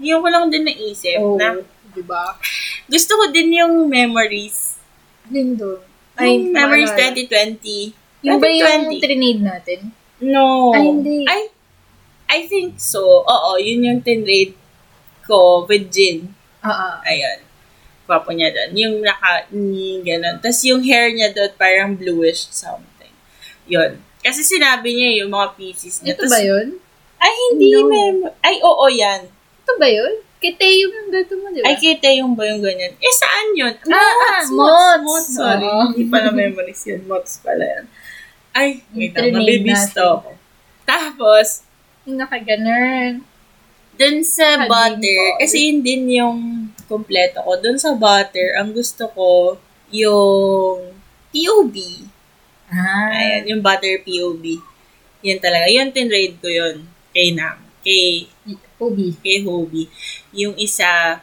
S1: Yung ko lang din naisip
S2: Oo.
S1: na
S2: Diba?
S1: gusto ko din yung memories.
S2: Yun doon.
S1: Yung memories
S2: maalala.
S1: 2020.
S2: Yung ba yung
S1: 2020.
S2: trinade natin?
S1: No.
S2: Ay, hindi.
S1: I, I think so. Oo, yun yung tinrate ko with Jin.
S2: Oo.
S1: Ayun. Gwapo niya doon. Yung naka, mm, ganun. Tapos yung hair niya doon parang bluish something. Yun. Kasi sinabi niya yung mga pieces niya.
S2: Ito
S1: Tas-
S2: ba yun?
S1: Ay, hindi
S2: No.
S1: mem. Ay, oo, yan.
S2: Ito ba yun? Kay Teo yung gato mo, di ba?
S1: Ay, kita yung ba yung ganyan? Eh, saan yun?
S2: Ah, ah,
S1: Mots, mots,
S2: mots.
S1: mots. Sorry,
S2: Oo.
S1: hindi pala memories yun. Mots pala yan. Ay, wait lang.
S2: Trinade
S1: Mabibisto ako. Tapos,
S2: Yung nakaganon.
S1: Dun sa
S2: Sa
S1: butter,
S2: Dimple.
S1: kasi yun din yung kompleto ko. Dun sa butter, ang gusto ko yung POB.
S2: Ah.
S1: Ayan, yung butter POB. Yun talaga. Yun, tinrade ko yun. Kay Nam. Kay,
S2: Ubi.
S1: kay Hobie. Yung isa,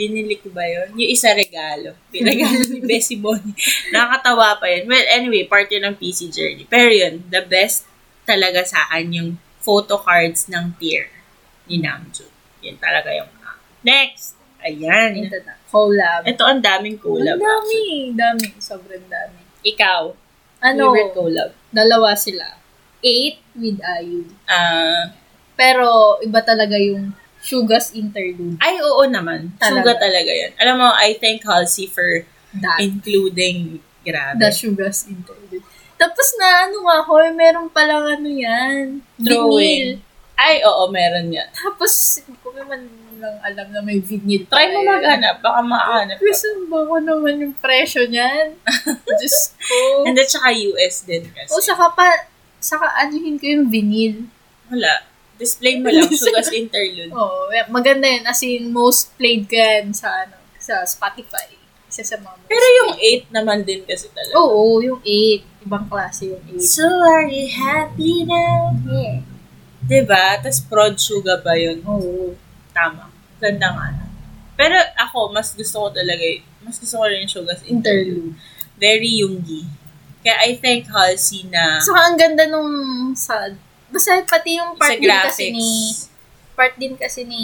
S1: binili ko ba yun? Yung isa regalo. Pinagalo
S2: <laughs>
S1: ni Bessie Bonnie. Nakakatawa pa yun. Well, anyway, part yun ng PC journey. Pero yun, the best talaga sa akin yung photo cards ng tier ni Namjoon. Yun talaga yung ah, Next! Ayan.
S2: Ito na. Collab.
S1: Ito, ang daming collab.
S2: Ang dami. Dami. Sobrang dami.
S1: Ikaw,
S2: Ano?
S1: favorite collab.
S2: Dalawa sila. Eight with Ayu.
S1: Ah,
S2: Pero iba talaga yung Suga's interlude.
S1: ay, oo naman. Suga
S2: Talaga.
S1: talaga yun. Alam mo, I thank Halsey for
S2: That.
S1: including, grabe.
S2: The Suga's interlude. Tapos na ano nga ako, eh, meron palang ano yan. Vinyl.
S1: Drawing. Ay, oo, meron yan.
S2: Tapos, hindi ko naman lang alam na may vinyl. pa
S1: Try mo
S2: eh.
S1: maghanap, baka makahanap ka.
S2: Kasi ba ko naman yung
S1: <laughs>
S2: presyo niyan? Diyos ko.
S1: And then, tsaka US din kasi.
S2: O, saka pa, saka anuhin ko yung vinyl.
S1: Wala. Display mo lang, <laughs> Sugas Interlude.
S2: Oo, oh, maganda yun. As in, most played ka yan sa, ano, sa Spotify. Isa sa mga most
S1: Pero yung 8 naman din kasi talaga.
S2: Oo, yung 8. Ibang klase yung 8.
S1: So, are you happy now?
S2: Yeah.
S1: Diba? Tapos, prod suga ba yun?
S2: Oo.
S1: Tama. Ganda nga. na. Pero ako, mas gusto ko talaga, y- mas gusto ko rin yung Sugas Interlude.
S2: Interlude.
S1: Very Yungi. Kaya I thank Halsey na
S2: Saka ang ganda nung sa... Basta pati yung
S1: sa
S2: part din kasi ni...
S1: graphics.
S2: Part din kasi ni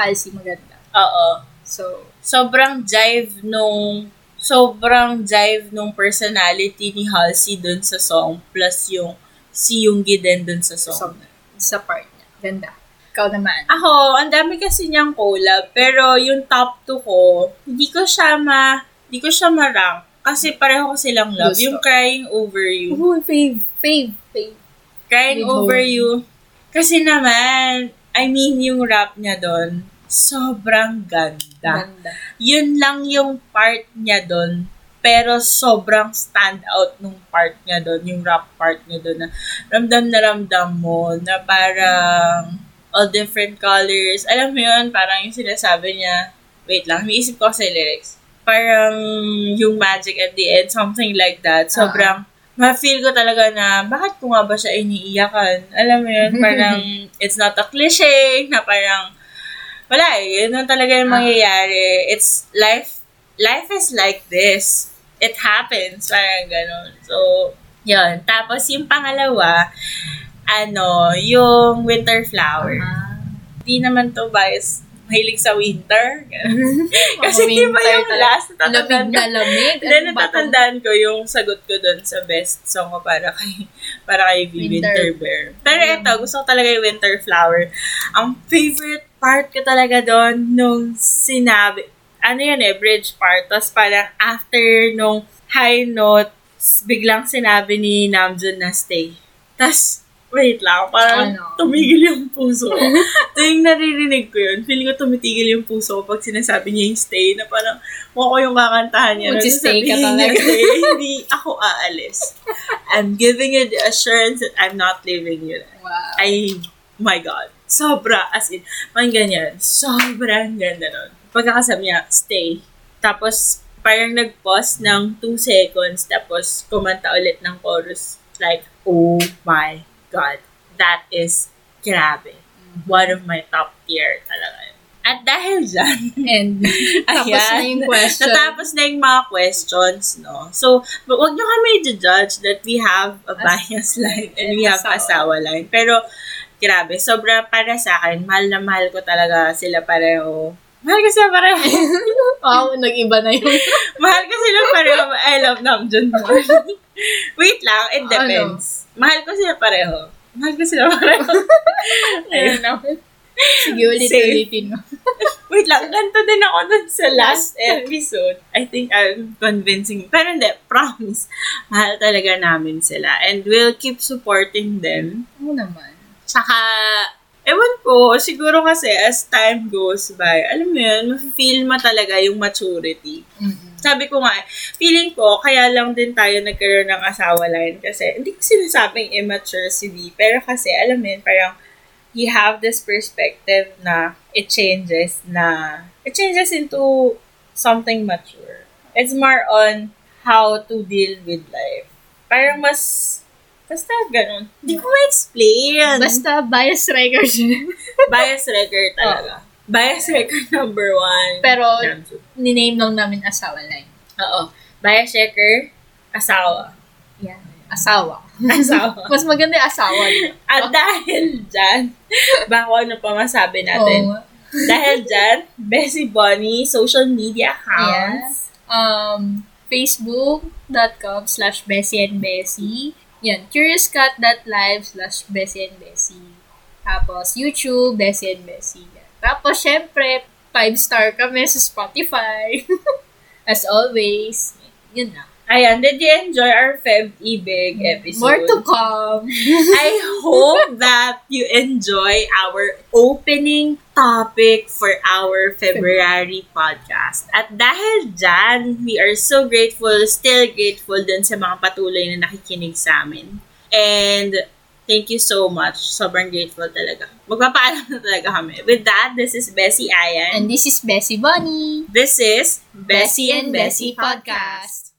S2: Halsey maganda.
S1: Oo.
S2: So,
S1: sobrang jive nung sobrang jive nung personality ni Halsey dun sa song plus yung si Yoongi din dun sa
S2: sa,
S1: song.
S2: sa part niya. Ganda. Ikaw naman.
S1: Ako, ang dami kasi niyang collab pero yung top 2 ko, hindi ko siya ma hindi ko siya ma-rank kasi pareho ko silang love.
S2: Gusto.
S1: Yung Crying Over You.
S2: Oh, fave. Fave. Fave.
S1: Crying
S2: With
S1: Over
S2: Hope.
S1: You. Kasi naman, I mean yung rap niya doon, sobrang ganda.
S2: Ganda.
S1: yun lang yung part niya doon. Pero sobrang stand out nung part niya doon, yung rap part niya doon na ramdam na ramdam mo na parang all different colors. Alam mo yun, parang yung sinasabi niya, wait lang, may isip ko sa lyrics. Parang yung magic at the end, something like that. Sobrang, ma-feel ko talaga na, bakit ko nga ba siya iniiyakan? Alam mo yun, parang, it's not a cliche, na parang, wala eh. Yun lang talaga yung
S2: Ah.
S1: mangyayari. It's life. Life is like this. It happens. Parang ganun. So, yun. Tapos yung pangalawa, ano, yung winter flower.
S2: Ah.
S1: Di naman to bias. Mahilig sa
S2: <laughs>
S1: winter. Ganun. Kasi di
S2: Mga
S1: ba
S2: winter
S1: yung
S2: talaga.
S1: last
S2: Lamig
S1: natatandaan
S2: na
S1: ko?
S2: lamig.
S1: Hindi,
S2: Ano ba tong-
S1: natatandaan ko yung sagot ko doon sa best song ko para kay, para kay Winter,
S2: Winter. Mm.
S1: Winter Bear. Pero eto, gusto ko talaga yung Winter Flower. Ang favorite part ko talaga doon nung sinabi, ano yun eh, bridge part. Tapos parang after nung high notes, biglang sinabi ni Namjoon na stay. Tapos, wait lang, parang
S2: Ano?
S1: tumigil yung puso
S2: <laughs>
S1: ko. Tuwing naririnig ko yun, feeling ko tumitigil yung puso ko pag sinasabi niya yung stay, na parang mukha ko yung kakantahan niya. Ano,
S2: Magsistay ka
S1: sasabihin niya
S2: talaga.
S1: kasi, hindi ako aalis. I'm giving you the assurance that I'm not leaving you.
S2: Wow.
S1: Ay, my God. Sobra. As in, man ganyan. Sobrang ganda nun. Pagkakasabi niya, stay. Tapos, parang nag-pause ng 2 seconds. Tapos, kumanta ulit ng chorus. Like, oh my God. That is grabe. One of my top tier talaga. yun. At dahil dyan, <laughs>
S2: And <laughs> tapos
S1: Ayan.
S2: na yung question.
S1: Natapos na yung mga questions, no? So, but wag nyo kami i-judge that we have a bias <laughs> line and we have
S2: Asawa.
S1: asawa line. Pero, grabe, sobra para sa akin, mahal na mahal ko talaga sila pareho. Mahal ko sila pareho.
S2: Wow, Oh, nag-iba na yung...
S1: mahal ko sila pareho. I love Namjoon more. <laughs> Wait lang, it
S2: Ano?
S1: depends. Mahal ko sila pareho. Mahal ko sila pareho. Ayun.
S2: Sige, ulit
S1: Safe.
S2: ulitin mo. Ano
S1: Wait lang, ganito din ako dun sa last episode. I think I'm convincing. Pero hindi, promise. Mahal talaga namin sila. And we'll keep supporting them.
S2: Ano naman?
S1: Tsaka, ewan ko, siguro kasi as time goes by, alam mo yun, feel mo talaga yung maturity.
S2: Mm-mm.
S1: Sabi ko nga, feeling ko, kaya lang din tayo nagkaroon ng asawa line kasi hindi ko sinasabing immature si V, pero kasi, alam mo yun, parang you have this perspective na it changes na, it changes into something mature. It's more on how to deal with life. Parang mas, basta ganun. Hindi ko ma-explain.
S2: Basta bias record.
S1: bias record talaga. Bias record number one.
S2: <laughs> Pero,
S1: Namjoon.
S2: Niname lang namin asawa line.
S1: Oo. Bias checker, asawa.
S2: Yan. Asawa. <laughs>
S1: Asawa.
S2: Mas maganda yung asawa. di ba?
S1: At dahil dyan, baka ano pa masabi natin.
S2: Oo.
S1: Dahil dyan, Bessie Bonnie, social media accounts.
S2: um, facebook.com slash Bessie and Bessie. Yan, curiouscat.live slash Bessie and Bessie. Tapos, YouTube, Bessie and Bessie. Yan. Tapos, syempre, 5-star kami sa Spotify. <laughs> As always. Yun na.
S1: Ayan, did you enjoy our Feb Ibig episode?
S2: More to come.
S1: I hope that you enjoy our opening topic for our February podcast. At dahil dyan, we are so grateful, still grateful dun sa mga patuloy na nakikinig sa amin. And thank you so much. Sobrang grateful talaga. Magpapaalam na talaga kami. With that, this is Bessie Ayan.
S2: And this is Bessie Bunny.
S1: this is Bessie and Bessie Podcast.